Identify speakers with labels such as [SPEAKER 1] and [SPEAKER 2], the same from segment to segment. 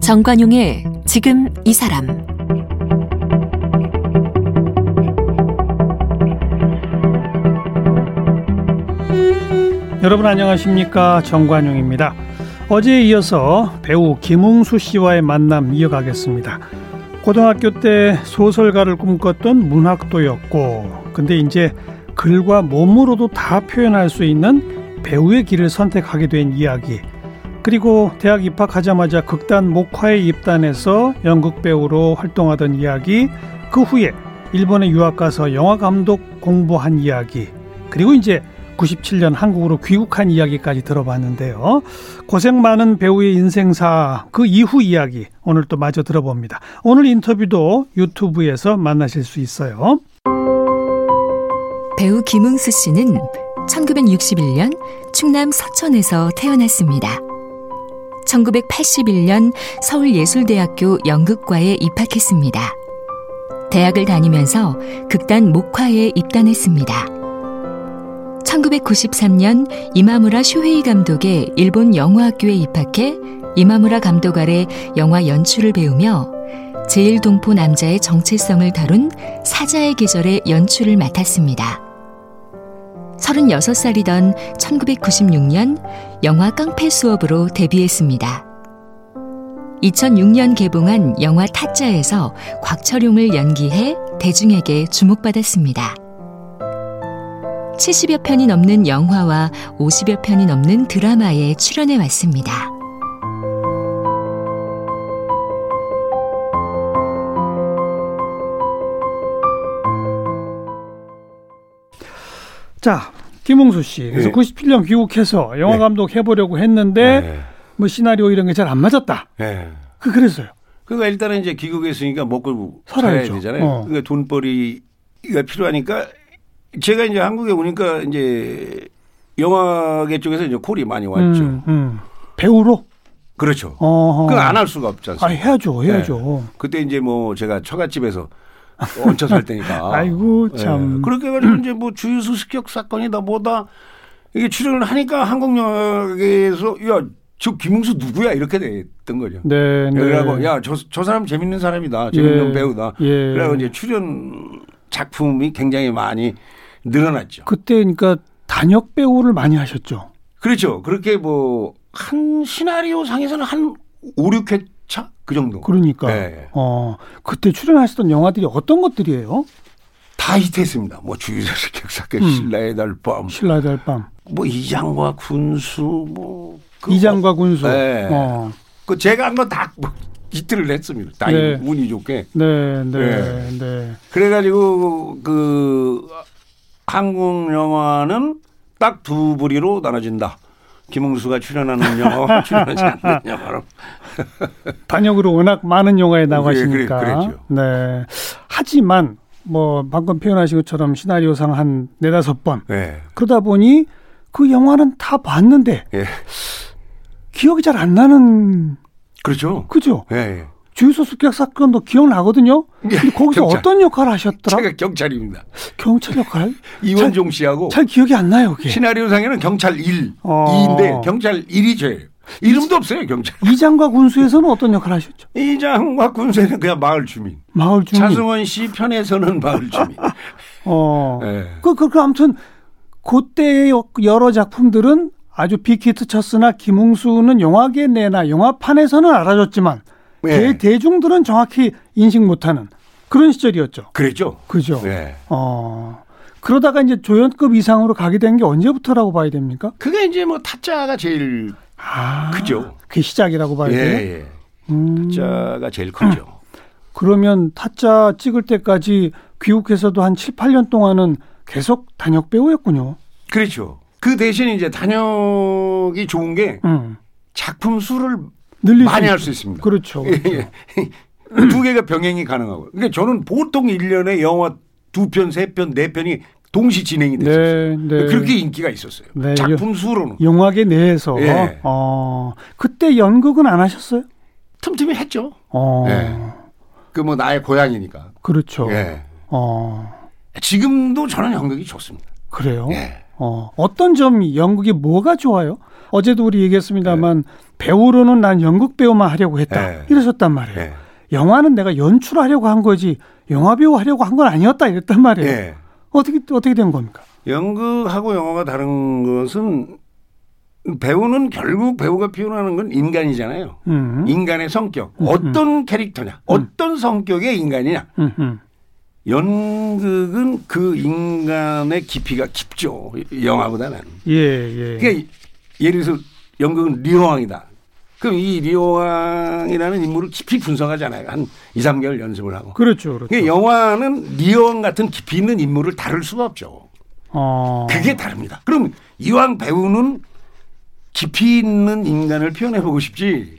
[SPEAKER 1] 정관용의 지금 이 사람
[SPEAKER 2] 여러분 안녕하십니까 정관용입니다. 어제에 이어서 배우 김웅수 씨와의 만남 이어가겠습니다. 고등학교 때 소설가를 꿈꿨던 문학도였고 근데 이제 글과 몸으로도 다 표현할 수 있는 배우의 길을 선택하게 된 이야기 그리고 대학 입학하자마자 극단 목화에 입단해서 연극 배우로 활동하던 이야기, 그 후에 일본에 유학 가서 영화 감독 공부한 이야기, 그리고 이제 97년 한국으로 귀국한 이야기까지 들어봤는데요. 고생 많은 배우의 인생사, 그 이후 이야기 오늘 또 마저 들어봅니다. 오늘 인터뷰도 유튜브에서 만나실 수 있어요.
[SPEAKER 1] 배우 김웅수 씨는 1961년 충남 서천에서 태어났습니다. 1981년 서울예술대학교 연극과에 입학했습니다. 대학을 다니면서 극단 목화에 입단했습니다. 1993년 이마무라 쇼헤이 감독의 일본 영화학교에 입학해 이마무라 감독 아래 영화 연출을 배우며 제일동포 남자의 정체성을 다룬 사자의 계절의 연출을 맡았습니다. 36살이던 1996년 영화 깡패 수업으로 데뷔했습니다. 2006년 개봉한 영화 타짜에서 곽철용을 연기해 대중에게 주목받았습니다. 70여 편이 넘는 영화와 50여 편이 넘는 드라마에 출연해 왔습니다.
[SPEAKER 2] 자, 김웅수 씨. 그래서
[SPEAKER 3] 예.
[SPEAKER 2] 97년 귀국해서 영화
[SPEAKER 3] 예. 네.
[SPEAKER 2] 감독 해보려고 했는데 뭐 시나리오 이런 게 잘 안 맞았다.
[SPEAKER 3] 예. 예.
[SPEAKER 2] 그 그랬어요.
[SPEAKER 3] 그러니까 일단은 이제 귀국에 있으니까 먹고 살아야
[SPEAKER 2] 살아야죠.
[SPEAKER 3] 되잖아요.
[SPEAKER 2] 어.
[SPEAKER 3] 그러니까 돈벌이가 필요하니까 제가 이제 한국에 오니까 이제 영화계 쪽에서 이제 콜이 많이 왔죠.
[SPEAKER 2] 음, 음. 배우로.
[SPEAKER 3] 그렇죠.
[SPEAKER 2] 어.
[SPEAKER 3] 그걸 안 할 수가 없지
[SPEAKER 2] 아,
[SPEAKER 3] 않습니까?
[SPEAKER 2] 해야죠, 해야죠.
[SPEAKER 3] 그때 이제 뭐 제가 처갓집에서 얹혀 살 때니까.
[SPEAKER 2] 아이고, 참.
[SPEAKER 3] 예. 그렇게 해가지고 이제 뭐 주유소 습격 사건이다 뭐다 이게 출연을 하니까 한국 영화계에서 야 저 김웅수 누구야 이렇게 됐던 거죠.
[SPEAKER 2] 네, 네.
[SPEAKER 3] 그러고 야 저 저 사람 재밌는 사람이다 재밌는
[SPEAKER 2] 예.
[SPEAKER 3] 배우다
[SPEAKER 2] 예.
[SPEAKER 3] 그래고 이제 출연 작품이 굉장히 많이 늘어났죠
[SPEAKER 2] 그때 그러니까 단역 배우를 많이 하셨죠.
[SPEAKER 3] 그렇죠 그렇게 뭐 한 시나리오 상에서는 한 5, 6회차 그 정도
[SPEAKER 2] 그러니까
[SPEAKER 3] 네.
[SPEAKER 2] 어 그때 출연하셨던 영화들이 어떤 것들이에요?
[SPEAKER 3] 다 히트했습니다 뭐 주유소 객사계
[SPEAKER 2] 음.
[SPEAKER 3] 신라의 달밤
[SPEAKER 2] 신라의 달밤
[SPEAKER 3] 뭐 이장과 군수 뭐그
[SPEAKER 2] 이장과 군수.
[SPEAKER 3] 네.
[SPEAKER 2] 어.
[SPEAKER 3] 그 제가 한 건 다 히트를 했습니다 다
[SPEAKER 2] 네.
[SPEAKER 3] 운이 좋게
[SPEAKER 2] 네, 네, 네,
[SPEAKER 3] 네. 그래가지고 그 한국 영화는 딱 두 부리로 나눠진다. 김홍수가 출연하는 영화와 출연하지 않는 영화로.
[SPEAKER 2] 단역으로 워낙 많은 영화에 나가시니까.
[SPEAKER 3] 예, 그래, 그랬죠.
[SPEAKER 2] 네. 하지만 뭐 방금 표현하신 것처럼 시나리오상 한 네다섯 번
[SPEAKER 3] 예.
[SPEAKER 2] 그러다 보니 그 영화는 다 봤는데
[SPEAKER 3] 예.
[SPEAKER 2] 기억이 잘 안 나는
[SPEAKER 3] 그렇죠.
[SPEAKER 2] 그죠?
[SPEAKER 3] 예. 예.
[SPEAKER 2] 주유소 습격 사건도 기억나거든요. 근데 거기서
[SPEAKER 3] 경찰.
[SPEAKER 2] 어떤 역할을 하셨더라?
[SPEAKER 3] 예, 제가 경찰입니다.
[SPEAKER 2] 경찰 역할?
[SPEAKER 3] 이원종 씨하고
[SPEAKER 2] 잘 기억이 안 나요, 그게.
[SPEAKER 3] 시나리오상에는 경찰 1,
[SPEAKER 2] 예. 어.
[SPEAKER 3] 2인데 경찰 1이 죄예요. 이름도 없어요, 경찰.
[SPEAKER 2] 이장과 군수에서는 어떤 역할을 하셨죠?
[SPEAKER 3] 이장과 군수는 그냥 마을 주민.
[SPEAKER 2] 마을 주민.
[SPEAKER 3] 차승원 씨 편에서는 마을 주민.
[SPEAKER 2] 어.
[SPEAKER 3] 예.
[SPEAKER 2] 그, 그, 그, 아무튼, 그때의 여러 작품들은 아주 빅히트 쳤으나 김웅수는 영화계 내나 영화판에서는 알아줬지만,
[SPEAKER 3] 예.
[SPEAKER 2] 대, 대중들은 정확히 인식 못하는 그런 시절이었죠.
[SPEAKER 3] 그랬죠.
[SPEAKER 2] 그죠?
[SPEAKER 3] 예.
[SPEAKER 2] 어. 그러다가 이제 조연급 이상으로 가게 된 게 언제부터라고 봐야 됩니까?
[SPEAKER 3] 그게 이제 뭐 타짜가 제일
[SPEAKER 2] 아.
[SPEAKER 3] 크죠.
[SPEAKER 2] 그게 시작이라고 봐야
[SPEAKER 3] 예,
[SPEAKER 2] 돼요.
[SPEAKER 3] 예.
[SPEAKER 2] 음.
[SPEAKER 3] 타짜가 제일 크죠.
[SPEAKER 2] 그러면 타짜 찍을 때까지 귀국해서도 한 7, 8년 동안은 계속 단역 배우였군요.
[SPEAKER 3] 그렇죠. 그 대신 이제 단역이 좋은 게
[SPEAKER 2] 음.
[SPEAKER 3] 작품 수를
[SPEAKER 2] 늘릴
[SPEAKER 3] 많이
[SPEAKER 2] 수
[SPEAKER 3] 할 수 있습니다.
[SPEAKER 2] 그렇죠.
[SPEAKER 3] 예, 예. 두 개가 병행이 가능하고. 그러니까 저는 보통 1년에 영화 두 편, 세 편, 네 편이 동시 진행이
[SPEAKER 2] 네,
[SPEAKER 3] 됐어요.
[SPEAKER 2] 네.
[SPEAKER 3] 그렇게 인기가 있었어요.
[SPEAKER 2] 네,
[SPEAKER 3] 작품 수로는
[SPEAKER 2] 영화계 내에서
[SPEAKER 3] 예.
[SPEAKER 2] 어 그때 연극은 안 하셨어요?
[SPEAKER 3] 틈틈이 했죠.
[SPEAKER 2] 어.
[SPEAKER 3] 예. 그 뭐 나의 고향이니까.
[SPEAKER 2] 그렇죠.
[SPEAKER 3] 예.
[SPEAKER 2] 어,
[SPEAKER 3] 지금도 저는 연극이 좋습니다.
[SPEAKER 2] 그래요.
[SPEAKER 3] 예.
[SPEAKER 2] 어, 어떤 점이 연극이 뭐가 좋아요? 어제도 우리 얘기했습니다만 배우로는 난 연극 배우만 하려고 했다.
[SPEAKER 3] 예.
[SPEAKER 2] 이러셨단 말이에요.
[SPEAKER 3] 예.
[SPEAKER 2] 영화는 내가 연출하려고 한 거지 영화 배우 하려고 한 건 아니었다 이랬단 말이에요.
[SPEAKER 3] 예.
[SPEAKER 2] 어떻게 어떻게 된 겁니까?
[SPEAKER 3] 연극하고 영화가 다른 것은 배우는 결국 배우가 표현하는 건 인간이잖아요.
[SPEAKER 2] 음.
[SPEAKER 3] 인간의 성격. 어떤 캐릭터냐. 어떤 성격의 인간이냐.
[SPEAKER 2] 음, 음.
[SPEAKER 3] 연극은 그 인간의 깊이가 깊죠. 영화보다는.
[SPEAKER 2] 예, 예.
[SPEAKER 3] 그러니까 예를 들어서 연극은 리호왕이다. 그럼 이 리호왕이라는 인물을 깊이 분석하잖아요. 한 2, 3개월 연습을 하고.
[SPEAKER 2] 그렇죠. 그렇죠.
[SPEAKER 3] 그러니까 영화는 리호왕 같은 깊이 있는 인물을 다룰 수가 없죠.
[SPEAKER 2] 어.
[SPEAKER 3] 그게 다릅니다. 그럼 이왕 배우는 깊이 있는 인간을 표현해 보고 싶지.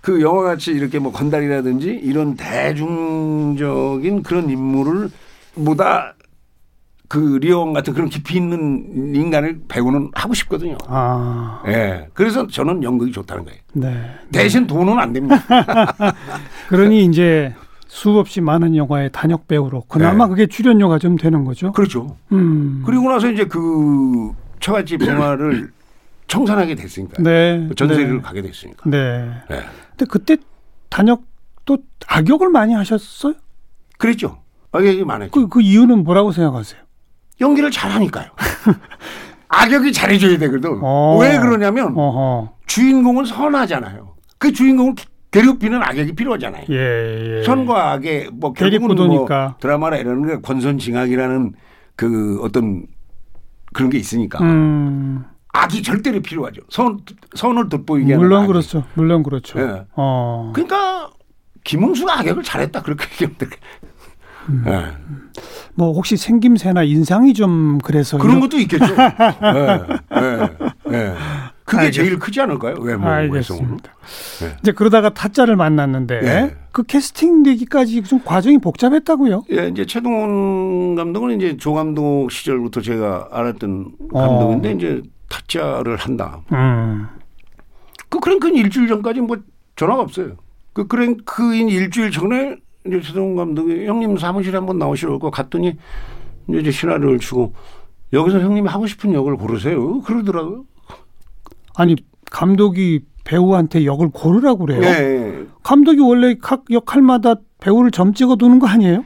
[SPEAKER 3] 그 영화같이 이렇게 뭐 건달이라든지 이런 대중적인 그런 인물을 보다 그 리온 같은 그런 깊이 있는 인간을 배우는 하고 싶거든요.
[SPEAKER 2] 아.
[SPEAKER 3] 예. 그래서 저는 연극이 좋다는 거예요.
[SPEAKER 2] 네.
[SPEAKER 3] 대신 돈은 안 됩니다.
[SPEAKER 2] 그러니 이제 수없이 많은 영화의 단역 배우로 그나마
[SPEAKER 3] 네.
[SPEAKER 2] 그게 출연료가 좀 되는 거죠.
[SPEAKER 3] 그렇죠.
[SPEAKER 2] 음.
[SPEAKER 3] 그리고 나서 이제 그 처갓집 영화를 청산하게 됐으니까.
[SPEAKER 2] 네.
[SPEAKER 3] 전세를 가게 됐으니까.
[SPEAKER 2] 네. 네.
[SPEAKER 3] 예.
[SPEAKER 2] 근데 그때 단역도 악역을 많이 하셨어요?
[SPEAKER 3] 그랬죠. 악역이 많았죠.
[SPEAKER 2] 그, 그 이유는 뭐라고 생각하세요?
[SPEAKER 3] 연기를 잘하니까요. 악역이 잘해줘야 되거든.
[SPEAKER 2] 어.
[SPEAKER 3] 왜 그러냐면
[SPEAKER 2] 어허.
[SPEAKER 3] 주인공은 선하잖아요. 그 주인공을 기- 괴롭히는 악역이 필요하잖아요.
[SPEAKER 2] 예, 예.
[SPEAKER 3] 선과 악의 뭐 결국은
[SPEAKER 2] 대립구도니까.
[SPEAKER 3] 뭐 드라마나 이런 게 권선징악이라는 그 어떤 그런 게 있으니까
[SPEAKER 2] 음.
[SPEAKER 3] 악이 절대로 필요하죠. 선 선을 돋보이게 하는
[SPEAKER 2] 물론
[SPEAKER 3] 악이.
[SPEAKER 2] 그렇죠. 물론 그렇죠.
[SPEAKER 3] 예.
[SPEAKER 2] 어.
[SPEAKER 3] 그러니까 김홍수가 악역을 잘했다 그렇게 얘기하면 돼.
[SPEAKER 2] 음.
[SPEAKER 3] 예.
[SPEAKER 2] 뭐 혹시 생김새나 인상이 좀 그래서
[SPEAKER 3] 그런
[SPEAKER 2] 이런-
[SPEAKER 3] 것도 있겠죠. 예, 예, 예. 그게
[SPEAKER 2] 알겠-
[SPEAKER 3] 제일 크지 않을까요? 외모에서
[SPEAKER 2] 알겠습니다. 이제 그러다가 타짜를 만났는데
[SPEAKER 3] 예.
[SPEAKER 2] 그 캐스팅 되기까지 좀 과정이 복잡했다고요?
[SPEAKER 3] 예, 이제 최동원 감독은 이제 조 감독 시절부터 제가 알았던
[SPEAKER 2] 어.
[SPEAKER 3] 감독인데 이제 타짜를 한다.
[SPEAKER 2] 음.
[SPEAKER 3] 그 크랭크는 일주일 전까지 뭐 전화가 없어요. 그 크랭크인 일주일 전에 이제 최동원 감독이 형님 사무실에 한번 나오시라고 갔더니 이제 이제 시나리오를 주고 여기서 형님이 하고 싶은 역을 고르세요. 그러더라고요.
[SPEAKER 2] 아니 감독이 배우한테 역을 고르라고 그래요.
[SPEAKER 3] 예.
[SPEAKER 2] 감독이 원래 각 역할마다 배우를 점 찍어 두는 거 아니에요?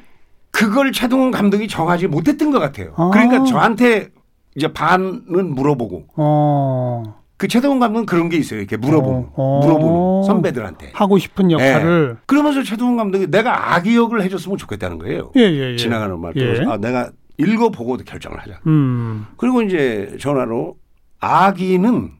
[SPEAKER 3] 그걸 최동원 감독이 정하지 못했던 것 같아요.
[SPEAKER 2] 아.
[SPEAKER 3] 그러니까 저한테 이제 반은 물어보고
[SPEAKER 2] 어
[SPEAKER 3] 그 최동원 감독은 그런 게 있어요. 이렇게 물어보고
[SPEAKER 2] 어, 어.
[SPEAKER 3] 물어보는 선배들한테.
[SPEAKER 2] 하고 싶은 역할을
[SPEAKER 3] 예. 그러면서 최동원 감독이 내가 악의 역을 해줬으면 좋겠다는 거예요.
[SPEAKER 2] 예예예
[SPEAKER 3] 지나가는 말.
[SPEAKER 2] 예.
[SPEAKER 3] 통해서 아, 내가 읽어보고도 결정을 하자.
[SPEAKER 2] 음
[SPEAKER 3] 그리고 이제 전화로 악의는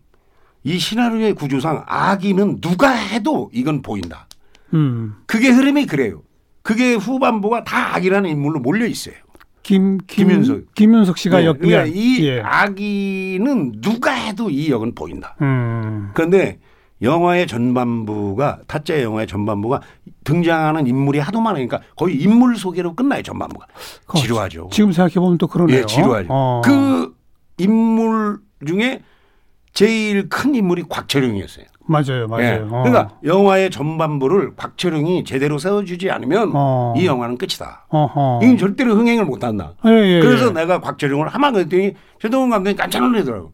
[SPEAKER 3] 이 시나리오의 구조상 악의는 누가 해도 이건 보인다.
[SPEAKER 2] 음.
[SPEAKER 3] 그게 흐름이 그래요. 그게 후반부가 다 악이라는 인물로 몰려 있어요.
[SPEAKER 2] 김, 김
[SPEAKER 3] 김윤석.
[SPEAKER 2] 김윤석 씨가
[SPEAKER 3] 예, 그러니까
[SPEAKER 2] 역비한
[SPEAKER 3] 이
[SPEAKER 2] 예.
[SPEAKER 3] 아기는 누가 해도 이 역은 보인다.
[SPEAKER 2] 음.
[SPEAKER 3] 그런데 영화의 전반부가 타짜의 영화의 전반부가 등장하는 인물이 하도 많으니까 거의 인물 소개로 끝나요 전반부가
[SPEAKER 2] 그거
[SPEAKER 3] 지루하죠.
[SPEAKER 2] 지금 생각해 보면 또 그러네요.
[SPEAKER 3] 예, 지루하죠.
[SPEAKER 2] 어.
[SPEAKER 3] 그 인물 중에 제일 큰 인물이 곽철용이었어요.
[SPEAKER 2] 맞아요,
[SPEAKER 3] 예.
[SPEAKER 2] 맞아요. 어.
[SPEAKER 3] 그러니까 영화의 전반부를 곽철용이 제대로 세워주지 않으면
[SPEAKER 2] 어.
[SPEAKER 3] 이 영화는 끝이다.
[SPEAKER 2] 어허.
[SPEAKER 3] 이건 절대로 흥행을 못한다.
[SPEAKER 2] 예, 예,
[SPEAKER 3] 그래서
[SPEAKER 2] 예.
[SPEAKER 3] 내가 곽재룡을 하마 그랬더니 최동훈 감독이 깜짝 놀라더라고.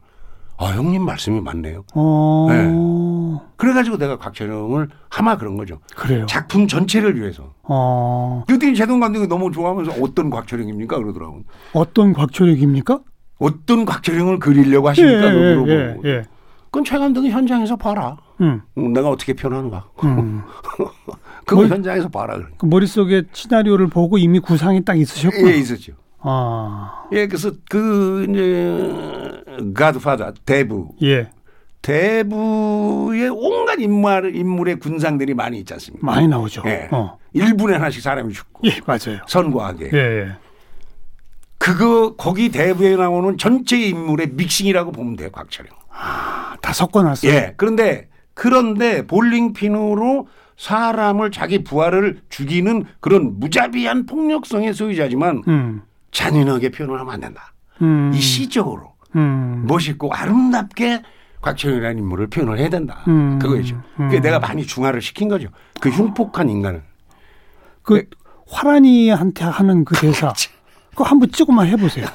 [SPEAKER 3] 아 형님 말씀이 맞네요.
[SPEAKER 2] 어.
[SPEAKER 3] 예. 그래가지고 내가 곽재룡을 하마 그런 거죠.
[SPEAKER 2] 그래요.
[SPEAKER 3] 작품 전체를 위해서.
[SPEAKER 2] 어.
[SPEAKER 3] 그랬더니 최동훈 감독이 너무 좋아하면서 어떤 곽재룡입니까 그러더라고.
[SPEAKER 2] 어떤 곽철혁입니까?
[SPEAKER 3] 어떤 곽재룡을 그리려고 하십니까 물어보고.
[SPEAKER 2] 예, 예.
[SPEAKER 3] 그건 최 감독이 현장에서 봐라.
[SPEAKER 2] 음.
[SPEAKER 3] 응, 내가 어떻게 표현하는가.
[SPEAKER 2] 음.
[SPEAKER 3] 그거
[SPEAKER 2] 뭘-
[SPEAKER 3] 현장에서 봐라. 그래.
[SPEAKER 2] 그 머릿속에 시나리오를 보고 이미 구상이 딱 있으셨구나.
[SPEAKER 3] 예 있었죠.
[SPEAKER 2] 아.
[SPEAKER 3] 예 그래서 그 이제 가드파다 대부
[SPEAKER 2] 예.
[SPEAKER 3] 대부의 온갖 인물, 인물의 군상들이 많이 있지 않습니까?
[SPEAKER 2] 많이 나오죠.
[SPEAKER 3] 예.
[SPEAKER 2] 어.
[SPEAKER 3] 1분에 하나씩 사람이 죽고
[SPEAKER 2] 예, 맞아요.
[SPEAKER 3] 선과하게.
[SPEAKER 2] 예, 예.
[SPEAKER 3] 그거 거기 대부에 나오는 전체 인물의 믹싱이라고 보면 돼요, 곽철용.
[SPEAKER 2] 아, 다 섞어 놨어요.
[SPEAKER 3] 예. 그런데 그런데 볼링핀으로 사람을 자기 부하를 죽이는 그런 무자비한 폭력성의 소유자지만
[SPEAKER 2] 음.
[SPEAKER 3] 잔인하게 표현을 하면 안 된다.
[SPEAKER 2] 음.
[SPEAKER 3] 이 시적으로
[SPEAKER 2] 음.
[SPEAKER 3] 멋있고 아름답게 곽철용이라는 인물을 표현을 해야 된다.
[SPEAKER 2] 음. 아.
[SPEAKER 3] 그거죠. 그게 내가 많이 중화를 시킨 거죠. 그 흉폭한 인간을.
[SPEAKER 2] 그 화란이한테 하는 그 대사 그거 한번 조금만 해보세요.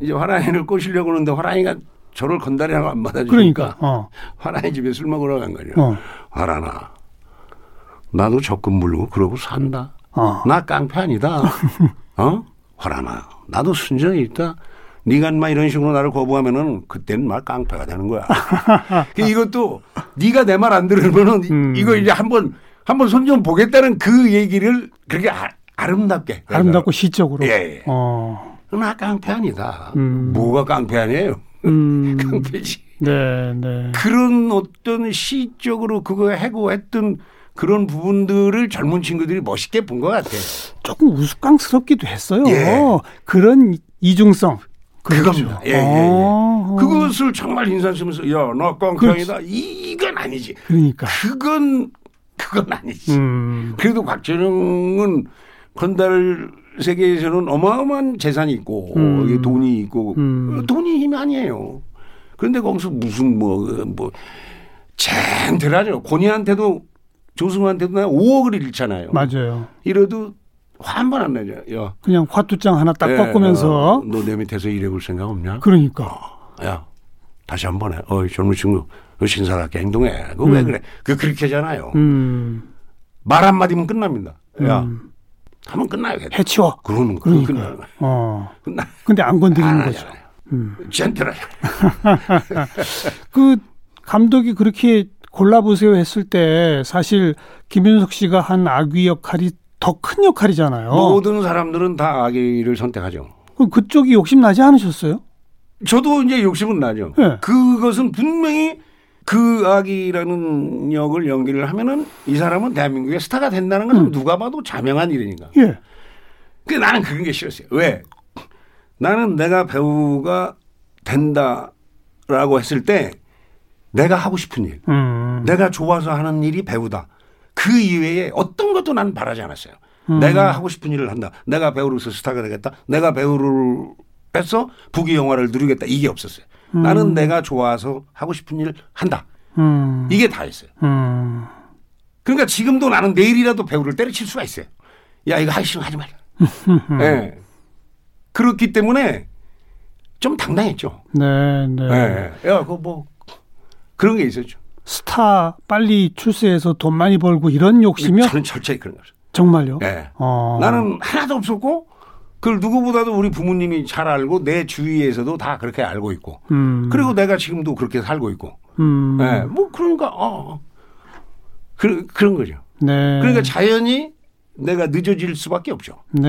[SPEAKER 3] 이제 화랑이를 꼬시려고 하는데 화랑이가 저를 건달이라고 안 받아주니까
[SPEAKER 2] 그러니까 어,
[SPEAKER 3] 화랑이 집에 술 먹으러 간 거죠.
[SPEAKER 2] 어,
[SPEAKER 3] 화란아 나도 적금 물고 그러고 산다.
[SPEAKER 2] 어.
[SPEAKER 3] 나 깡패 아니다. 어? 화란아 나도 순정이 있다. 네가 인마 이런 식으로 나를 거부하면은 그때는 말 깡패가 되는 거야. 그러니까 이것도 네가 내 말 안 들으면은 이-
[SPEAKER 2] 음.
[SPEAKER 3] 이거 이제 한번 한번 손 좀 보겠다는 그 얘기를 그렇게 아, 아름답게
[SPEAKER 2] 아름답고 시적으로.
[SPEAKER 3] 예, 예.
[SPEAKER 2] 어,
[SPEAKER 3] 나 깡패 아니다.
[SPEAKER 2] 음.
[SPEAKER 3] 뭐가 깡패 아니에요?
[SPEAKER 2] 음,
[SPEAKER 3] 깡패지.
[SPEAKER 2] 네, 네.
[SPEAKER 3] 그런 어떤 시적으로 그거 해고했던 그런 부분들을 젊은 친구들이 멋있게 본 것 같아요.
[SPEAKER 2] 조금 우스꽝스럽기도 했어요.
[SPEAKER 3] 예.
[SPEAKER 2] 그런 이중성.
[SPEAKER 3] 그겁니다. 예, 예, 예.
[SPEAKER 2] 그렇죠. 어, 어.
[SPEAKER 3] 그것을 정말 인상 쓰면서 야, 나 깡패이다. 이건 아니지.
[SPEAKER 2] 그러니까.
[SPEAKER 3] 그건 그건 아니지.
[SPEAKER 2] 음,
[SPEAKER 3] 그래도 곽재룡은 건달 세계에서는 어마어마한 재산이 있고
[SPEAKER 2] 음.
[SPEAKER 3] 이게 돈이 있고
[SPEAKER 2] 음.
[SPEAKER 3] 돈이 힘이 아니에요. 그런데 거기서 무슨 뭐뭐 뭐 젠틀하죠. 고니한테도 조승우한테도 나 5억을 잃잖아요.
[SPEAKER 2] 맞아요.
[SPEAKER 3] 이래도 화 한 번 안 내죠. 야,
[SPEAKER 2] 그냥 화투장 하나 딱
[SPEAKER 3] 예,
[SPEAKER 2] 꺾으면서
[SPEAKER 3] 어, 너내 밑에서 일해볼 생각 없냐?
[SPEAKER 2] 그러니까
[SPEAKER 3] 야, 다시 한 번 해. 어이 젊은 친구, 너 신사답게 행동해. 그거 왜 그래? 그 그렇게잖아요.
[SPEAKER 2] 음,
[SPEAKER 3] 말 한마디면 끝납니다. 야,
[SPEAKER 2] 음.
[SPEAKER 3] 하면 끝나야겠다.
[SPEAKER 2] 해치워.
[SPEAKER 3] 그러는 거
[SPEAKER 2] 그러니까.
[SPEAKER 3] 끝나는 거야.
[SPEAKER 2] 어.
[SPEAKER 3] 끝나.
[SPEAKER 2] 근데 안 건드리는
[SPEAKER 3] 안
[SPEAKER 2] 거죠. 음.
[SPEAKER 3] 하잖아요. 젠틀하게.
[SPEAKER 2] 그 감독이 그렇게 골라보세요 했을 때 사실 김윤석 씨가 한 아귀 역할이 더 큰 역할이잖아요.
[SPEAKER 3] 모든 사람들은 다 아기를 선택하죠.
[SPEAKER 2] 그럼 그쪽이 욕심 나지 않으셨어요?
[SPEAKER 3] 저도 이제 욕심은 나죠.
[SPEAKER 2] 예.
[SPEAKER 3] 그것은 분명히 그 아기라는 역을 연기를 하면은 이 사람은 대한민국의 스타가 된다는
[SPEAKER 2] 음.
[SPEAKER 3] 것은 누가 봐도 자명한 일이니까.
[SPEAKER 2] 예.
[SPEAKER 3] 그 나는 그런 게 싫었어요. 왜? 나는 내가 배우가 된다라고 했을 때 내가 하고 싶은 일,
[SPEAKER 2] 음.
[SPEAKER 3] 내가 좋아서 하는 일이 배우다. 그 이외에 어떤 것도 난 바라지 않았어요. 내가 하고 싶은 일을 한다. 내가 배우로서 스타가 되겠다. 내가 배우를 해서 부귀 영화를 누리겠다. 이게 없었어요. 나는 내가 좋아서 하고 싶은 일을 한다.
[SPEAKER 2] 음.
[SPEAKER 3] 이게 다였어요.
[SPEAKER 2] 음.
[SPEAKER 3] 그러니까 지금도 나는 내일이라도 배우를 때려칠 수가 있어요. 야 이거 하기 싫으면 하지 말라. 예. 그렇기 때문에 좀 당당했죠.
[SPEAKER 2] 네, 네.
[SPEAKER 3] 예. 야 그거 뭐 그런 게 있었죠.
[SPEAKER 2] 스타 빨리 출세해서 돈 많이 벌고 이런 욕심이
[SPEAKER 3] 저는 철저히 그런 거죠.
[SPEAKER 2] 정말요?
[SPEAKER 3] 예.
[SPEAKER 2] 어.
[SPEAKER 3] 나는 하나도 없었고 그걸 누구보다도 우리 부모님이 잘 알고 내 주위에서도 다 그렇게 알고 있고
[SPEAKER 2] 음.
[SPEAKER 3] 그리고 내가 지금도 그렇게 살고 있고
[SPEAKER 2] 음.
[SPEAKER 3] 예. 뭐 그러니까 어. 그, 그런 거죠.
[SPEAKER 2] 네.
[SPEAKER 3] 그러니까 자연히 내가 늦어질 수밖에 없죠.
[SPEAKER 2] 네.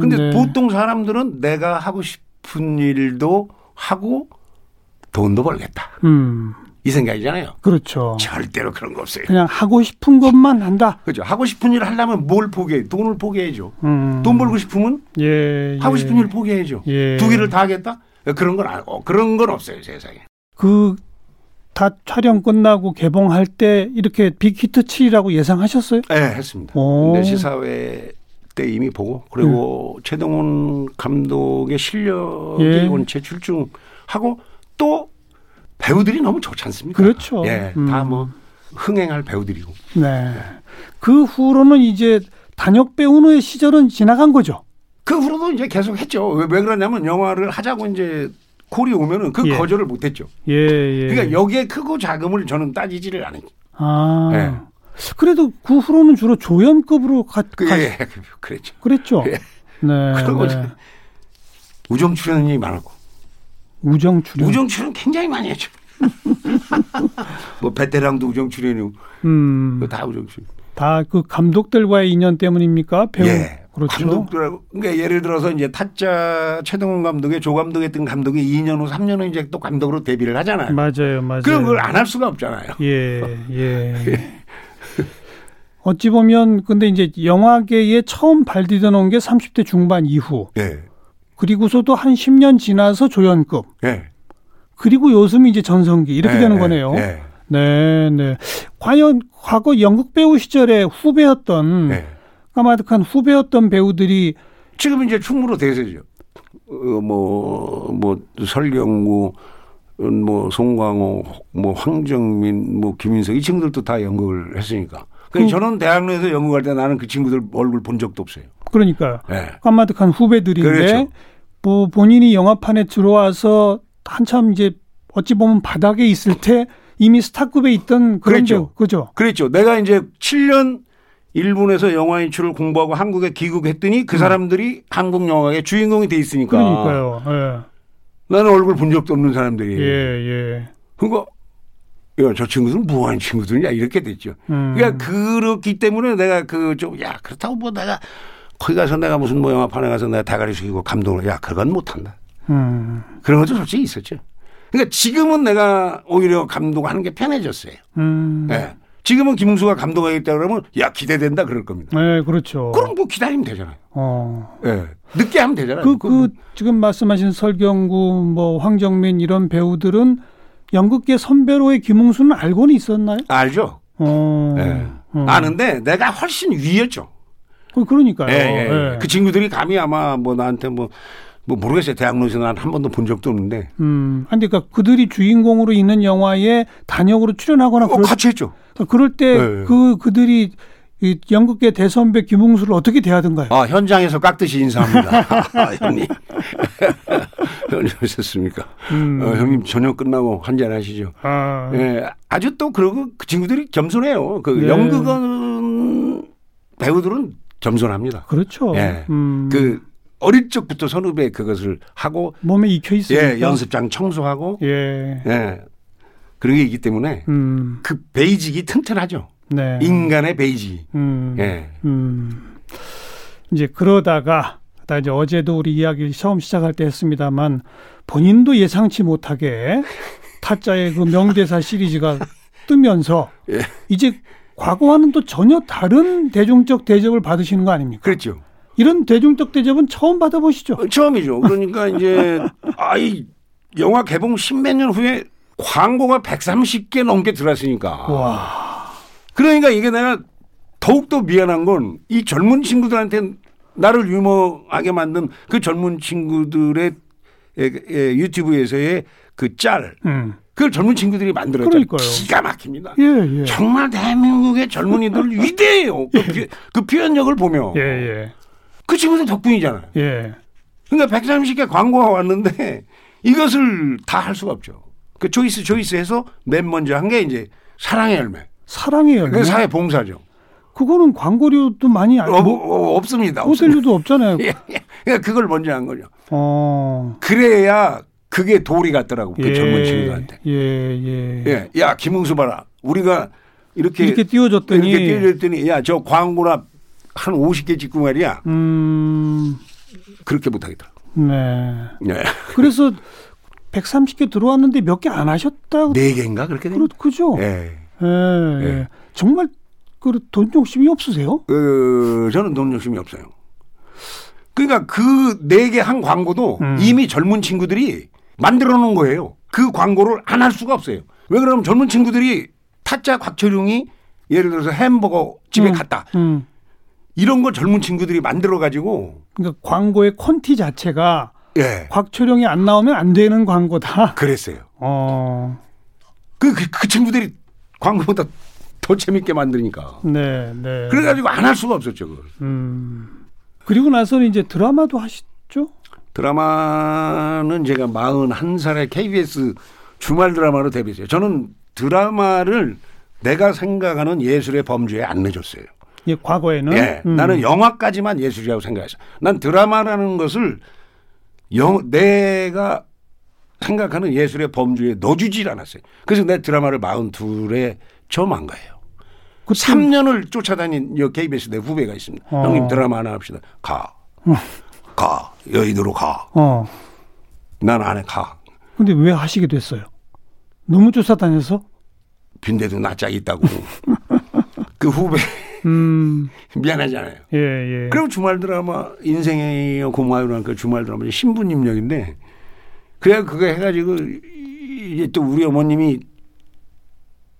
[SPEAKER 3] 근데
[SPEAKER 2] 네.
[SPEAKER 3] 보통 사람들은 내가 하고 싶은 일도 하고 돈도 벌겠다.
[SPEAKER 2] 음.
[SPEAKER 3] 이 생각이잖아요.
[SPEAKER 2] 그렇죠.
[SPEAKER 3] 절대로 그런 거 없어요.
[SPEAKER 2] 그냥 하고 싶은 것만 한다.
[SPEAKER 3] 그죠? 하고 싶은 일을 하려면 뭘 포기해? 돈을 포기해야죠.
[SPEAKER 2] 음.
[SPEAKER 3] 돈 벌고 싶으면
[SPEAKER 2] 예.
[SPEAKER 3] 하고
[SPEAKER 2] 예.
[SPEAKER 3] 싶은 일을 포기해야죠.
[SPEAKER 2] 예.
[SPEAKER 3] 두 개를 다 하겠다? 그런 건 안- 어, 그런 건 없어요, 세상에.
[SPEAKER 2] 그 다 촬영 끝나고 개봉할 때 이렇게 빅히트 칠이라고 예상하셨어요?
[SPEAKER 3] 예, 했습니다.
[SPEAKER 2] 오.
[SPEAKER 3] 근데 시사회 때 이미 보고 그리고 최동원 감독의 실력이
[SPEAKER 2] 예.
[SPEAKER 3] 원체 출중하고 또 배우들이 너무 좋지 않습니까?
[SPEAKER 2] 그렇죠.
[SPEAKER 3] 예,
[SPEAKER 2] 음.
[SPEAKER 3] 다 뭐 흥행할 배우들이고.
[SPEAKER 2] 네. 그 후로는 이제 단역 배우의 시절은 지나간 거죠.
[SPEAKER 3] 그 후로도 이제 계속 했죠. 왜, 왜 그러냐면 영화를 하자고 이제 콜이 오면은 그
[SPEAKER 2] 예.
[SPEAKER 3] 거절을 못 했죠.
[SPEAKER 2] 예, 예.
[SPEAKER 3] 그러니까 여기에 크고 작음을 저는 따지지를 않은.
[SPEAKER 2] 아.
[SPEAKER 3] 예.
[SPEAKER 2] 그래도 그 후로는 주로 조연급으로 가,
[SPEAKER 3] 그,
[SPEAKER 2] 가-
[SPEAKER 3] 예, 그- 그랬죠.
[SPEAKER 2] 그랬죠.
[SPEAKER 3] 예.
[SPEAKER 2] 네. 네.
[SPEAKER 3] 그러고 이제 우정 출연이 많았고.
[SPEAKER 2] 우정 출연.
[SPEAKER 3] 우정 출연 굉장히 많이 했죠. 뭐 베테랑도 우정 출연이고
[SPEAKER 2] 음.
[SPEAKER 3] 그거 다 우정 출연.
[SPEAKER 2] 다 그 감독들과의 인연 때문입니까? 배우.
[SPEAKER 3] 예.
[SPEAKER 2] 그렇죠.
[SPEAKER 3] 감독들하고 그러니까 예를 들어서 이제 타짜 최동훈 감독의 조 감독했던 감독이 2년 후 3년 후 이제 또 감독으로 데뷔를 하잖아요.
[SPEAKER 2] 맞아요, 맞아요.
[SPEAKER 3] 그럼 그걸 안 할 수가 없잖아요.
[SPEAKER 2] 예, 예. 어찌 보면 근데 이제 영화계에 처음 발디뎌 놓은 게 30대 중반 이후.
[SPEAKER 3] 예.
[SPEAKER 2] 그리고서도 한 10년 지나서 조연급.
[SPEAKER 3] 예.
[SPEAKER 2] 그리고 요즘 이제 전성기 이렇게
[SPEAKER 3] 예,
[SPEAKER 2] 되는
[SPEAKER 3] 예,
[SPEAKER 2] 거네요.
[SPEAKER 3] 예.
[SPEAKER 2] 네, 네. 과연 과거 연극 배우 시절에 후배였던
[SPEAKER 3] 예.
[SPEAKER 2] 까마득한 후배였던 배우들이
[SPEAKER 3] 지금 이제 충무로 대세죠. 어, 뭐뭐 설경구 뭐 송광호 뭐 황정민 뭐 김인석 이
[SPEAKER 2] 음.
[SPEAKER 3] 친구들도 다 연극을 했으니까. 그러니까 저는 대학로에서 연극할 때 나는 그 친구들 얼굴 본 적도 없어요.
[SPEAKER 2] 그러니까요.
[SPEAKER 3] 예.
[SPEAKER 2] 까마득한 후배들인데
[SPEAKER 3] 그렇죠.
[SPEAKER 2] 뭐 본인이 영화판에 들어와서 한참 이제 어찌 보면 바닥에 있을 때 이미 스타급에 있던 그런
[SPEAKER 3] 그랬죠.
[SPEAKER 2] 배우 그죠?
[SPEAKER 3] 그랬죠. 내가 이제 7년 일본에서 영화 인출을 공부하고 한국에 귀국했더니 그 사람들이 한국 영화의 주인공이 돼 있으니까.
[SPEAKER 2] 음. 그러니까요.
[SPEAKER 3] 나는 얼굴 본 적도 없는
[SPEAKER 2] 예.
[SPEAKER 3] 사람들이.
[SPEAKER 2] 예, 예.
[SPEAKER 3] 그거 야, 저 친구들은 뭐하는 친구들이냐 이렇게 됐죠.
[SPEAKER 2] 음.
[SPEAKER 3] 그러니까 그렇기 때문에 내가 그 좀 야 그렇다고 뭐 내가 거기 가서 내가 무슨 뭐 영화판에 가서 내가 다가리 숙이고 감동을 야 그건 못한다.
[SPEAKER 2] 음.
[SPEAKER 3] 그런 것도 솔직히 있었죠. 그러니까 지금은 내가 오히려 감독하는 게 편해졌어요.
[SPEAKER 2] 음.
[SPEAKER 3] 예. 지금은 김웅수가 감독하겠다 그러면 야 기대된다 그럴 겁니다.
[SPEAKER 2] 네, 그렇죠.
[SPEAKER 3] 그럼 뭐 기다리면 되잖아요.
[SPEAKER 2] 어.
[SPEAKER 3] 예. 늦게 하면 되잖아요.
[SPEAKER 2] 그,
[SPEAKER 3] 그거 뭐
[SPEAKER 2] 그, 지금 말씀하신 설경구, 뭐, 황정민 이런 배우들은 연극계 선배로의 김웅수는 알고는 있었나요?
[SPEAKER 3] 알죠.
[SPEAKER 2] 어.
[SPEAKER 3] 예.
[SPEAKER 2] 음.
[SPEAKER 3] 아는데 내가 훨씬 위였죠.
[SPEAKER 2] 그, 그러니까요.
[SPEAKER 3] 예, 예,
[SPEAKER 2] 예.
[SPEAKER 3] 예. 그 친구들이 감히 아마 뭐 나한테 뭐, 뭐 모르겠어요. 대학로에서 난 한 번도 본 적도 없는데.
[SPEAKER 2] 음, 아니, 그러니까 그들이 주인공으로 있는 영화에 단역으로 출연하거나
[SPEAKER 3] 어,
[SPEAKER 2] 그럴,
[SPEAKER 3] 같이 했죠.
[SPEAKER 2] 그럴 때
[SPEAKER 3] 네.
[SPEAKER 2] 그, 그들이 이 연극계 대선배 김웅수를 어떻게 대하던가요?
[SPEAKER 3] 아, 현장에서 깍듯이 인사합니다. 아, 형님. 형님 오셨습니까?
[SPEAKER 2] 음.
[SPEAKER 3] 어, 형님 저녁 끝나고 한잔 하시죠.
[SPEAKER 2] 아,
[SPEAKER 3] 예, 아주 또 그러고 그 친구들이 겸손해요. 그
[SPEAKER 2] 네.
[SPEAKER 3] 연극은 배우들은 겸손합니다.
[SPEAKER 2] 그렇죠.
[SPEAKER 3] 예.
[SPEAKER 2] 음,
[SPEAKER 3] 그 어릴 적부터 선후배 그것을 하고
[SPEAKER 2] 몸에 익혀 있으니까.
[SPEAKER 3] 예, 연습장 청소하고
[SPEAKER 2] 예.
[SPEAKER 3] 예. 그런 게 있기 때문에
[SPEAKER 2] 음,
[SPEAKER 3] 그 베이직이 튼튼하죠.
[SPEAKER 2] 네.
[SPEAKER 3] 인간의 베이직이.
[SPEAKER 2] 음,
[SPEAKER 3] 예.
[SPEAKER 2] 음. 이제 그러다가, 나 이제 어제도 우리 이야기 처음 시작할 때 했습니다만 본인도 예상치 못하게 타짜의 그 명대사 시리즈가 뜨면서
[SPEAKER 3] 예.
[SPEAKER 2] 이제 과거와는 또 전혀 다른 대중적 대접을 받으시는 거 아닙니까?
[SPEAKER 3] 그렇죠.
[SPEAKER 2] 이런 대중적 대접은 처음 받아보시죠.
[SPEAKER 3] 어, 처음이죠. 그러니까 이제 아이 영화 개봉 십몇 년 후에 광고가 130개 넘게 들어왔으니까.
[SPEAKER 2] 와,
[SPEAKER 3] 그러니까 이게 내가 더욱더 미안한 건 이 젊은 친구들한테 나를 유머하게 만든 그 젊은 친구들의 예, 예, 유튜브에서의 그 짤.
[SPEAKER 2] 음,
[SPEAKER 3] 그걸 젊은 친구들이 만들었잖아요.
[SPEAKER 2] 그러니까요.
[SPEAKER 3] 기가 막힙니다.
[SPEAKER 2] 예, 예,
[SPEAKER 3] 정말 대한민국의 젊은이들 위대해요. 그, 표- 그 표현력을 보며.
[SPEAKER 2] 예, 예,
[SPEAKER 3] 그 친구들 덕분이잖아요.
[SPEAKER 2] 예,
[SPEAKER 3] 그러니까 130개 광고가 왔는데 이것을 다 할 수가 없죠. 그 조이스 조이스 해서 맨 먼저 한 게 이제 사랑의 열매.
[SPEAKER 2] 사랑의 열매.
[SPEAKER 3] 그 사회 봉사죠.
[SPEAKER 2] 그거는 광고료도 많이
[SPEAKER 3] 어,
[SPEAKER 2] 안,
[SPEAKER 3] 뭐, 어, 없습니다. 없습니다.
[SPEAKER 2] 호텔료도 없잖아요.
[SPEAKER 3] 예, 예. 그러니까 그걸 먼저 한 거죠.
[SPEAKER 2] 어,
[SPEAKER 3] 그래야 그게 도리 같더라고. 그
[SPEAKER 2] 예,
[SPEAKER 3] 젊은 친구들한테.
[SPEAKER 2] 예, 예,
[SPEAKER 3] 예. 야, 김웅수 봐라. 우리가 이렇게
[SPEAKER 2] 이렇게 띄워줬더니,
[SPEAKER 3] 이렇게 띄워줬더니 야, 저 광고나 한 50개 찍고 말이야.
[SPEAKER 2] 음,
[SPEAKER 3] 그렇게 못 하겠더라고.
[SPEAKER 2] 네.
[SPEAKER 3] 예.
[SPEAKER 2] 그래서 130개 들어왔는데 몇 개 안 하셨다고
[SPEAKER 3] 네 개인가 그렇게
[SPEAKER 2] 그렇
[SPEAKER 3] 됩니다.
[SPEAKER 2] 그죠?
[SPEAKER 3] 예.
[SPEAKER 2] 예, 예. 정말 그 돈 욕심이 없으세요?
[SPEAKER 3] 그 저는 돈 욕심이 없어요. 그러니까 그 네 개 한 광고도
[SPEAKER 2] 음.
[SPEAKER 3] 이미 젊은 친구들이 만들어 놓은 거예요. 그 광고를 안 할 수가 없어요. 왜 그러면 젊은 친구들이 타짜 곽철용이 예를 들어서 햄버거 집에
[SPEAKER 2] 음.
[SPEAKER 3] 갔다.
[SPEAKER 2] 음.
[SPEAKER 3] 이런 걸 젊은 친구들이 만들어 가지고
[SPEAKER 2] 그러니까 광고의 콘티 자체가
[SPEAKER 3] 예.
[SPEAKER 2] 곽철용이 안 나오면 안 되는 광고다.
[SPEAKER 3] 그랬어요.
[SPEAKER 2] 어,
[SPEAKER 3] 그, 그, 그 친구들이 광고보다 더 재밌게 만드니까.
[SPEAKER 2] 네, 네.
[SPEAKER 3] 그래가지고 안 할 수가 없었죠. 그걸.
[SPEAKER 2] 음. 그리고 나서는 이제 드라마도 하시죠?
[SPEAKER 3] 드라마는 제가 41살에 KBS 주말 드라마로 데뷔했어요. 저는 드라마를 내가 생각하는 예술의 범주에 안 내줬어요.
[SPEAKER 2] 예, 과거에는.
[SPEAKER 3] 예,
[SPEAKER 2] 음.
[SPEAKER 3] 나는 영화까지만 예술이라고 생각했어요. 난 드라마라는 것을 영, 내가 생각하는 예술의 범주에 넣어주질 않았어요. 그래서 내 드라마를 42에 처음 한 거예요.
[SPEAKER 2] 그
[SPEAKER 3] 3년을 쫓아다닌 여 KBS 내 후배가 있습니다.
[SPEAKER 2] 어. 음.
[SPEAKER 3] 형님 드라마 하나 합시다. 가. 가. 여의도로 가.
[SPEAKER 2] 어.
[SPEAKER 3] 난 안 해. 가.
[SPEAKER 2] 근데 왜 하시게 됐어요? 너무 쫓아다녀서?
[SPEAKER 3] 빈대도 낯짝 있다고. 그 후배
[SPEAKER 2] 음.
[SPEAKER 3] 미안하잖아요.
[SPEAKER 2] 예, 예.
[SPEAKER 3] 네. 그리고 주말 드라마 인생의 고마워라는 그 주말 드라마 신부님 역인데 그래 그거 해가지고 이- 이제 또 우리 어머님이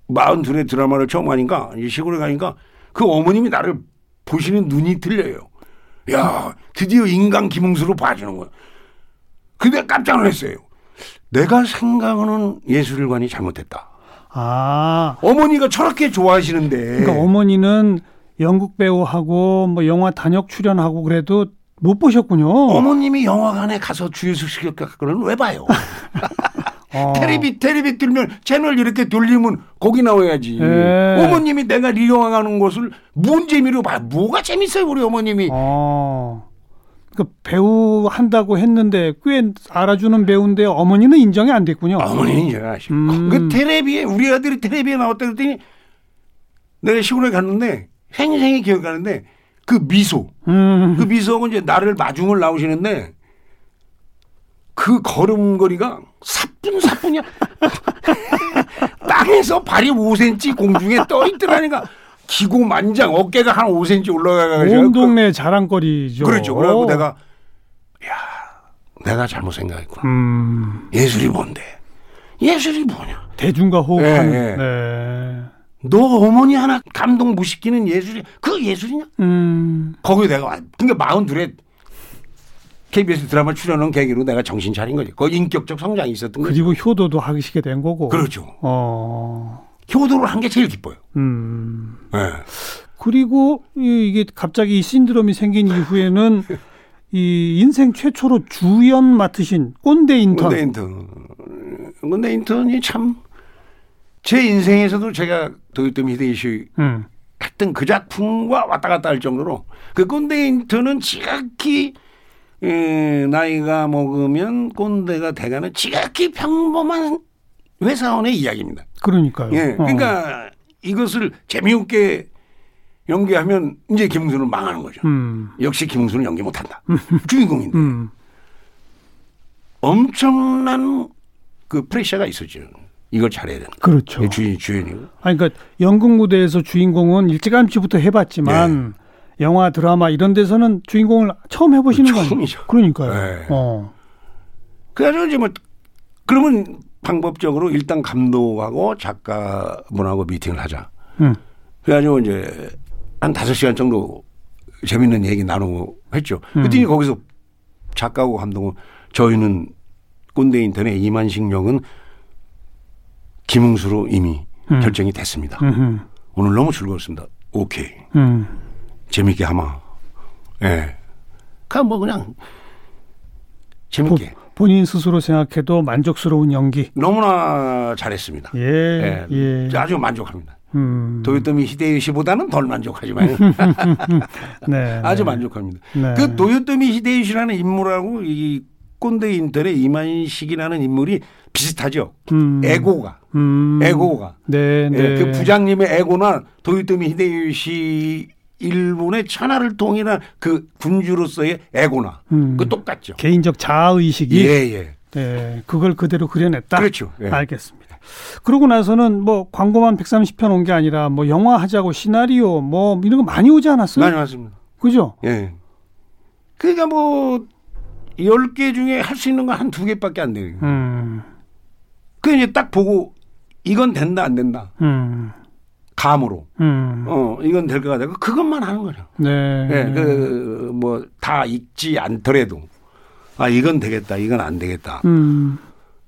[SPEAKER 3] 마흔 둘의 드라마를 처음 하니까 이제 시골에 가니까 그 어머님이 나를 보시는 눈이 틀려요. 야 드디어 인간 김웅수로 봐주는 거야. 근데 깜짝 놀랐어요. 내가 생각하는 예술관이 잘못했다.
[SPEAKER 2] 아.
[SPEAKER 3] 어머니가 저렇게 좋아하시는데
[SPEAKER 2] 그러니까 어머니는 연극 배우하고 뭐 영화 단역 출연하고 그래도 못 보셨군요.
[SPEAKER 3] 어머님이 영화관에 가서 주유소 시켰거는 왜 봐요?
[SPEAKER 2] 어.
[SPEAKER 3] 테레비 테레비 틀면 채널 이렇게 돌리면 거기 나와야지.
[SPEAKER 2] 예.
[SPEAKER 3] 어머님이 내가 이 영화 가는 곳을 뭔 재미로 봐? 뭐가 재밌어요 우리 어머님이?
[SPEAKER 2] 어. 그 배우 한다고 했는데 꽤 알아주는 배우인데 어머니는 인정이 안 됐군요.
[SPEAKER 3] 어머니는 이제 아시고
[SPEAKER 2] 음.
[SPEAKER 3] 그 테레비에 우리 아들이 테레비에 나왔다 그랬더니 내가 시골에 갔는데 생생히 기억나는데 그 미소
[SPEAKER 2] 음.
[SPEAKER 3] 그 미소하고 이제 나를 마중을 나오시는데 그 걸음걸이가 사뿐사뿐이야. 땅에서 발이 5cm 공중에 떠 있더라니까. 기고만장 어깨가 한 5cm 올라가가지고.
[SPEAKER 2] 온 동네 자랑거리죠.
[SPEAKER 3] 그, 그렇죠. 그래갖고 내가 야 내가 잘못 생각했구나.
[SPEAKER 2] 음,
[SPEAKER 3] 예술이 뭔데? 예술이 뭐냐?
[SPEAKER 2] 대중과 호흡하는.
[SPEAKER 3] 예, 예.
[SPEAKER 2] 네.
[SPEAKER 3] 너 어머니 하나 감동 못 시키는 예술이 그 예술이냐?
[SPEAKER 2] 음.
[SPEAKER 3] 거기 내가 완- 그러니까 마흔 둘에 KBS 드라마 출연한 계기로 내가 정신 차린 거지. 그 인격적 성장이 있었던 거지.
[SPEAKER 2] 그리고 효도도 하시게 된 거고.
[SPEAKER 3] 그렇죠.
[SPEAKER 2] 어.
[SPEAKER 3] 효도를 한 게 제일 기뻐요.
[SPEAKER 2] 음.
[SPEAKER 3] 예.
[SPEAKER 2] 그리고 이- 이게 갑자기 이 신드롬이 생긴 이후에는 이 인생 최초로 주연 맡으신 꼰대 인턴.
[SPEAKER 3] 근데 인턴. 근데 인턴이 참 제 인생에서도 제가 도요토미 히데요시
[SPEAKER 2] 음.
[SPEAKER 3] 했던 그 작품과 왔다 갔다 할 정도로 그 꼰대 인턴은 지극히 에, 나이가 먹으면 꼰대가 돼가는 지극히 평범한 회사원의 이야기입니다.
[SPEAKER 2] 그러니까요.
[SPEAKER 3] 예.
[SPEAKER 2] 어.
[SPEAKER 3] 그러니까 이것을 재미있게 연기하면 이제 김웅수는 망하는 거죠.
[SPEAKER 2] 음.
[SPEAKER 3] 역시 김웅수는 연기 못한다. 주인공인데
[SPEAKER 2] 음.
[SPEAKER 3] 엄청난 그 프레셔가 있었죠. 이걸 잘해야 된다.
[SPEAKER 2] 그렇죠.
[SPEAKER 3] 예, 주인 주인이고.
[SPEAKER 2] 아니 그러니까 연극 무대에서 주인공은 일찌감치부터 해봤지만 영화 드라마 이런 데서는 주인공을 처음 해보시는 거아니에
[SPEAKER 3] 예. 처음이죠.
[SPEAKER 2] 그러니까요.
[SPEAKER 3] 네.
[SPEAKER 2] 어.
[SPEAKER 3] 그래서 이제 뭐 그러면 방법적으로 일단 감독하고 작가분하고 미팅을 하자.
[SPEAKER 2] 음.
[SPEAKER 3] 그래가지고 이제 한 다섯 시간 정도 재밌는 얘기 나누고 했죠.
[SPEAKER 2] 음.
[SPEAKER 3] 그랬더니 거기서 작가하고 감독은 저희는 꼰대 인턴의 이만식 역은 김웅수로 이미 결정이 됐습니다.
[SPEAKER 2] 음.
[SPEAKER 3] 오늘 너무 즐거웠습니다. 오케이.
[SPEAKER 2] 음.
[SPEAKER 3] 재밌게 하마. 예. 그냥 뭐 그냥 재밌게.
[SPEAKER 2] 본인 스스로 생각해도 만족스러운 연기.
[SPEAKER 3] 너무나 잘했습니다.
[SPEAKER 2] 예.
[SPEAKER 3] 예.
[SPEAKER 2] 예.
[SPEAKER 3] 아주 만족합니다.
[SPEAKER 2] 음.
[SPEAKER 3] 도요토미 히데요시보다는 덜 만족하지만
[SPEAKER 2] 네.
[SPEAKER 3] 아주 만족합니다.
[SPEAKER 2] 네.
[SPEAKER 3] 그 도요토미 히데요시라는 인물하고 이 꼰대 인턴의 이만식이라는 인물이 비슷하죠.
[SPEAKER 2] 음.
[SPEAKER 3] 에고가.
[SPEAKER 2] 음.
[SPEAKER 3] 에고가.
[SPEAKER 2] 네.
[SPEAKER 3] 예,
[SPEAKER 2] 네.
[SPEAKER 3] 그 부장님의 에고나 도요토미 히데요시 일본의 천하를 통일한 그 군주로서의 에고나.
[SPEAKER 2] 음.
[SPEAKER 3] 그 똑같죠.
[SPEAKER 2] 개인적 자아 의식이
[SPEAKER 3] 예, 예.
[SPEAKER 2] 네, 그걸 그대로 그려냈다.
[SPEAKER 3] 그렇죠. 예.
[SPEAKER 2] 알겠습니다. 그러고 나서는 뭐 광고만 130편 온 게 아니라 뭐 영화 하자고 시나리오 뭐 이런 거 많이 오지 않았어요?
[SPEAKER 3] 많이 맞습니다.
[SPEAKER 2] 그죠?
[SPEAKER 3] 예. 그러니까 뭐, 열 개 중에 할 수 있는 건 한 두 개밖에 안 돼요.
[SPEAKER 2] 음,
[SPEAKER 3] 그 이제 딱 보고, 이건 된다, 안 된다.
[SPEAKER 2] 음,
[SPEAKER 3] 감으로.
[SPEAKER 2] 음.
[SPEAKER 3] 어, 이건 될 것 같아. 그것만 하는 거죠.
[SPEAKER 2] 네.
[SPEAKER 3] 예, 그, 뭐, 다 읽지 않더라도, 아, 이건 되겠다, 이건 안 되겠다.
[SPEAKER 2] 음,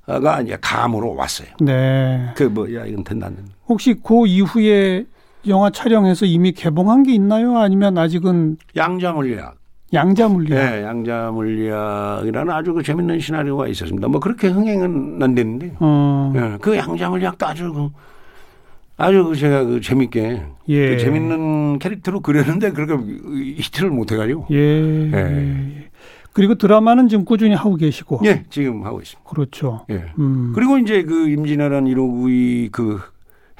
[SPEAKER 3] 가 이제 감으로 왔어요.
[SPEAKER 2] 네.
[SPEAKER 3] 그 뭐, 야, 이건 된다, 안 된다.
[SPEAKER 2] 혹시 그 이후에 영화 촬영해서 이미 개봉한 게 있나요? 아니면 아직은
[SPEAKER 3] 양자물리학.
[SPEAKER 2] 양자물리?
[SPEAKER 3] 예, 양자물리학이라는 아주 그 재밌는 시나리오가 있었습니다. 뭐, 그렇게 흥행은 안 됐는데.
[SPEAKER 2] 어,
[SPEAKER 3] 예, 그 양자물리학도 아주 그 아주 그 제가 그 재밌게
[SPEAKER 2] 예.
[SPEAKER 3] 그 재밌는 캐릭터로 그렸는데 그렇게 히트를 못 해가지고
[SPEAKER 2] 예. 예. 그리고 드라마는 지금 꾸준히 하고 계시고.
[SPEAKER 3] 예 지금 하고 있습니다.
[SPEAKER 2] 그렇죠.
[SPEAKER 3] 예.
[SPEAKER 2] 음.
[SPEAKER 3] 그리고 이제 그 임진왜란 1호구이 그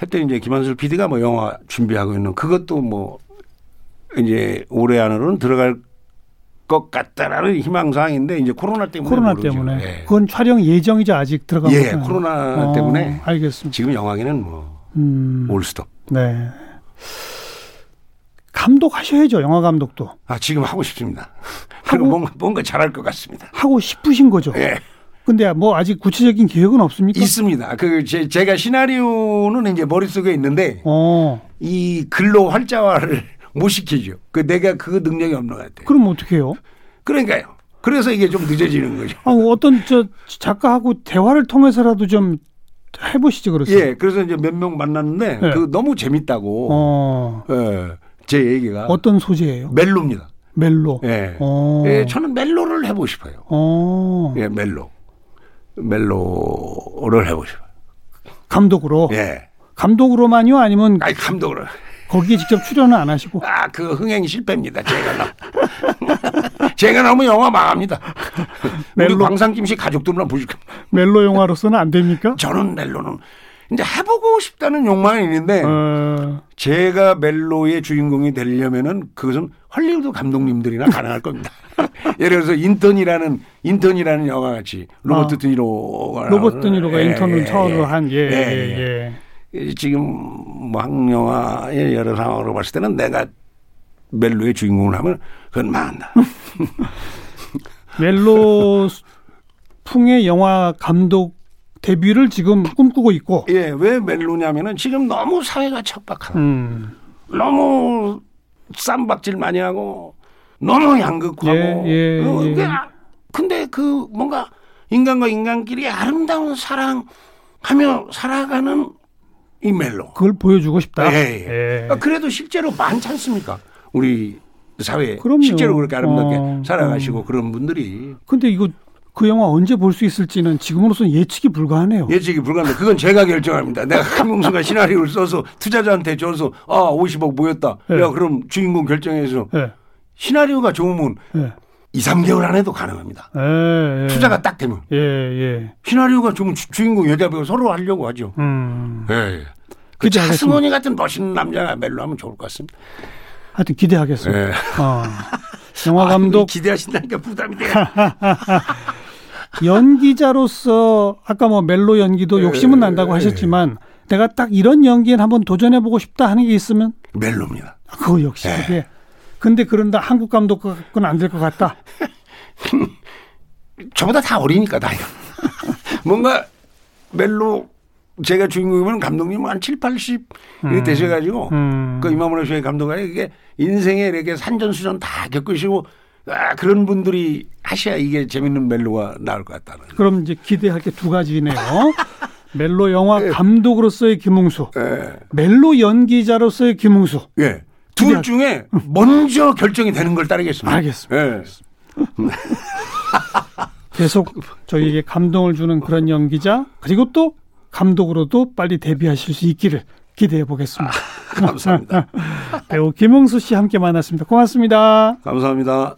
[SPEAKER 3] 했더니 이제 김한술 PD가 뭐 영화 준비하고 있는 그것도 뭐 이제 올해 안으로는 들어갈 것 같다라는 희망사항인데 이제 코로나 때문에
[SPEAKER 2] 코로나
[SPEAKER 3] 그렇죠. 모르죠.
[SPEAKER 2] 때문에
[SPEAKER 3] 예.
[SPEAKER 2] 그건 촬영 예정이죠 아직 들어간
[SPEAKER 3] 예,
[SPEAKER 2] 거잖아요.
[SPEAKER 3] 코로나 때문에.
[SPEAKER 2] 알겠습니다.
[SPEAKER 3] 지금 영화계는 뭐
[SPEAKER 2] 음,
[SPEAKER 3] 올스톱.
[SPEAKER 2] 네. 감독 하셔야죠 영화 감독도
[SPEAKER 3] 아 지금 하고 싶습니다. 그리고 뭔가 뭔가 잘할 것 같습니다.
[SPEAKER 2] 하고 싶으신 거죠.
[SPEAKER 3] 예.
[SPEAKER 2] 근데 뭐 아직 구체적인 계획은 없습니까?
[SPEAKER 3] 있습니다. 그 제, 제가 시나리오는 이제 머릿속에 있는데
[SPEAKER 2] 어,
[SPEAKER 3] 이 글로 활자화를 못 시키죠. 그 내가 그 능력이 없는 것 같아요.
[SPEAKER 2] 그럼 어떻게 해요?
[SPEAKER 3] 그러니까요. 그래서 이게 좀 늦어지는 거죠.
[SPEAKER 2] 아, 어떤 저 작가하고 대화를 통해서라도 좀 해보시지 그러세요.
[SPEAKER 3] 예. 그래서 이제 몇 명 만났는데
[SPEAKER 2] 예.
[SPEAKER 3] 그 너무 재밌다고.
[SPEAKER 2] 어,
[SPEAKER 3] 예. 제 얘기가
[SPEAKER 2] 어떤 소재예요?
[SPEAKER 3] 멜로입니다.
[SPEAKER 2] 멜로.
[SPEAKER 3] 예.
[SPEAKER 2] 어.
[SPEAKER 3] 예, 저는 멜로를 해보고 싶어요.
[SPEAKER 2] 어.
[SPEAKER 3] 예, 멜로. 멜로를 해보고 싶어요.
[SPEAKER 2] 감독으로.
[SPEAKER 3] 예.
[SPEAKER 2] 감독으로만요? 아니면
[SPEAKER 3] 아이, 감독을.
[SPEAKER 2] 거기에 직접 출연은 안 하시고?
[SPEAKER 3] 아, 그 흥행 실패입니다. 제가 나. 제가 나오면 영화 망합니다. 우리
[SPEAKER 2] 멜로.
[SPEAKER 3] 광상김 씨 가족들만 보실 겁니다.
[SPEAKER 2] 멜로 영화로서는 안 됩니까?
[SPEAKER 3] 저는 멜로는 이제 해보고 싶다는 욕망은 있는데
[SPEAKER 2] 어,
[SPEAKER 3] 제가 멜로의 주인공이 되려면은 그것은 헐리우드 감독님들이나 가능할 겁니다. 예를 들어서 인턴이라는 인턴이라는 영화 같이 로버트
[SPEAKER 2] 아.
[SPEAKER 3] 드니로가
[SPEAKER 2] 로버트
[SPEAKER 3] 나오는-
[SPEAKER 2] 드니로가
[SPEAKER 3] 예,
[SPEAKER 2] 인턴을
[SPEAKER 3] 예,
[SPEAKER 2] 처음으로 한, 예, 예, 예.
[SPEAKER 3] 이 지금 뭐 한영화의 여러 상황으로 봤을 때는 내가 멜로의 주인공을 하면 그건 망한다.
[SPEAKER 2] 멜로 풍의 영화 감독 데뷔를 지금 꿈꾸고 있고,
[SPEAKER 3] 예, 왜 멜로냐면은 지금 너무 사회가 척박하고
[SPEAKER 2] 음,
[SPEAKER 3] 너무 쌈박질 많이 하고 너무 양극화고
[SPEAKER 2] 예, 예,
[SPEAKER 3] 어,
[SPEAKER 2] 예.
[SPEAKER 3] 그게 아- 근데 그 뭔가 인간과 인간끼리 아름다운 사랑하며 살아가는 이 멜로
[SPEAKER 2] 그걸 보여주고 싶다.
[SPEAKER 3] 예, 예.
[SPEAKER 2] 예.
[SPEAKER 3] 아, 그래도 실제로 많지 않습니까 우리 사회에
[SPEAKER 2] 그럼요.
[SPEAKER 3] 실제로 그렇게 아름답게
[SPEAKER 2] 어,
[SPEAKER 3] 살아가시고 그런 분들이
[SPEAKER 2] 근데 이거 그 영화 언제 볼 수 있을지는 지금으로서는 예측이 불가하네요.
[SPEAKER 3] 예측이 불가합니다. 그건 제가 결정합니다. 내가 한봉수가 시나리오를 써서 투자자한테 줘서 아 50억 모였다.
[SPEAKER 2] 예.
[SPEAKER 3] 야 그럼 주인공 결정해서
[SPEAKER 2] 예.
[SPEAKER 3] 시나리오가 좋으면
[SPEAKER 2] 예.
[SPEAKER 3] 2, 3개월 안에도 가능합니다.
[SPEAKER 2] 예, 예.
[SPEAKER 3] 투자가 딱 되면
[SPEAKER 2] 예, 예.
[SPEAKER 3] 시나리오가 좀 주- 주인공 여자 배우 서로 하려고 하죠.
[SPEAKER 2] 음.
[SPEAKER 3] 예. 예. 그
[SPEAKER 2] 그치, 알겠습니다.
[SPEAKER 3] 차승원이 같은 멋있는 남자가 멜로 하면 좋을 것 같습니다.
[SPEAKER 2] 하여튼 기대하겠습니다.
[SPEAKER 3] 예.
[SPEAKER 2] 어.
[SPEAKER 3] 아,
[SPEAKER 2] 영화 감독
[SPEAKER 3] 기대하신다니까 부담이 돼요.
[SPEAKER 2] 연기자로서 아까 뭐 멜로 연기도 욕심은 난다고 하셨지만 내가 딱 이런 연기엔 한번 도전해 보고 싶다 하는 게 있으면
[SPEAKER 3] 멜로입니다.
[SPEAKER 2] 아, 그거 역시 그게 근데 그런다 한국 감독은 안 될 것 같다.
[SPEAKER 3] 저보다 다 어리니까 나이가. 뭔가 멜로 제가 주인공이면 감독님 한 7, 80 이렇게 되셔가지고
[SPEAKER 2] 음.
[SPEAKER 3] 그 이마무라 쇼의 감독이 이게 인생에 이렇게 산전수전 다 겪으시고 아, 그런 분들이 하셔야 이게 재밌는 멜로가 나올 것 같다는.
[SPEAKER 2] 그럼 이제 기대할 게 두 가지네요. 멜로 영화 감독으로서의 김웅수,
[SPEAKER 3] 예.
[SPEAKER 2] 멜로 연기자로서의 김웅수.
[SPEAKER 3] 예. 둘 중에 먼저 결정이 되는 걸 따르겠습니다.
[SPEAKER 2] 알겠습니다.
[SPEAKER 3] 예.
[SPEAKER 2] 계속 저희에게 감동을 주는 그런 연기자 그리고 또 감독으로도 빨리 데뷔하실 수 있기를 기대해 보겠습니다.
[SPEAKER 3] 감사합니다.
[SPEAKER 2] 배우 김웅수 씨 함께 만났습니다. 고맙습니다.
[SPEAKER 3] 감사합니다.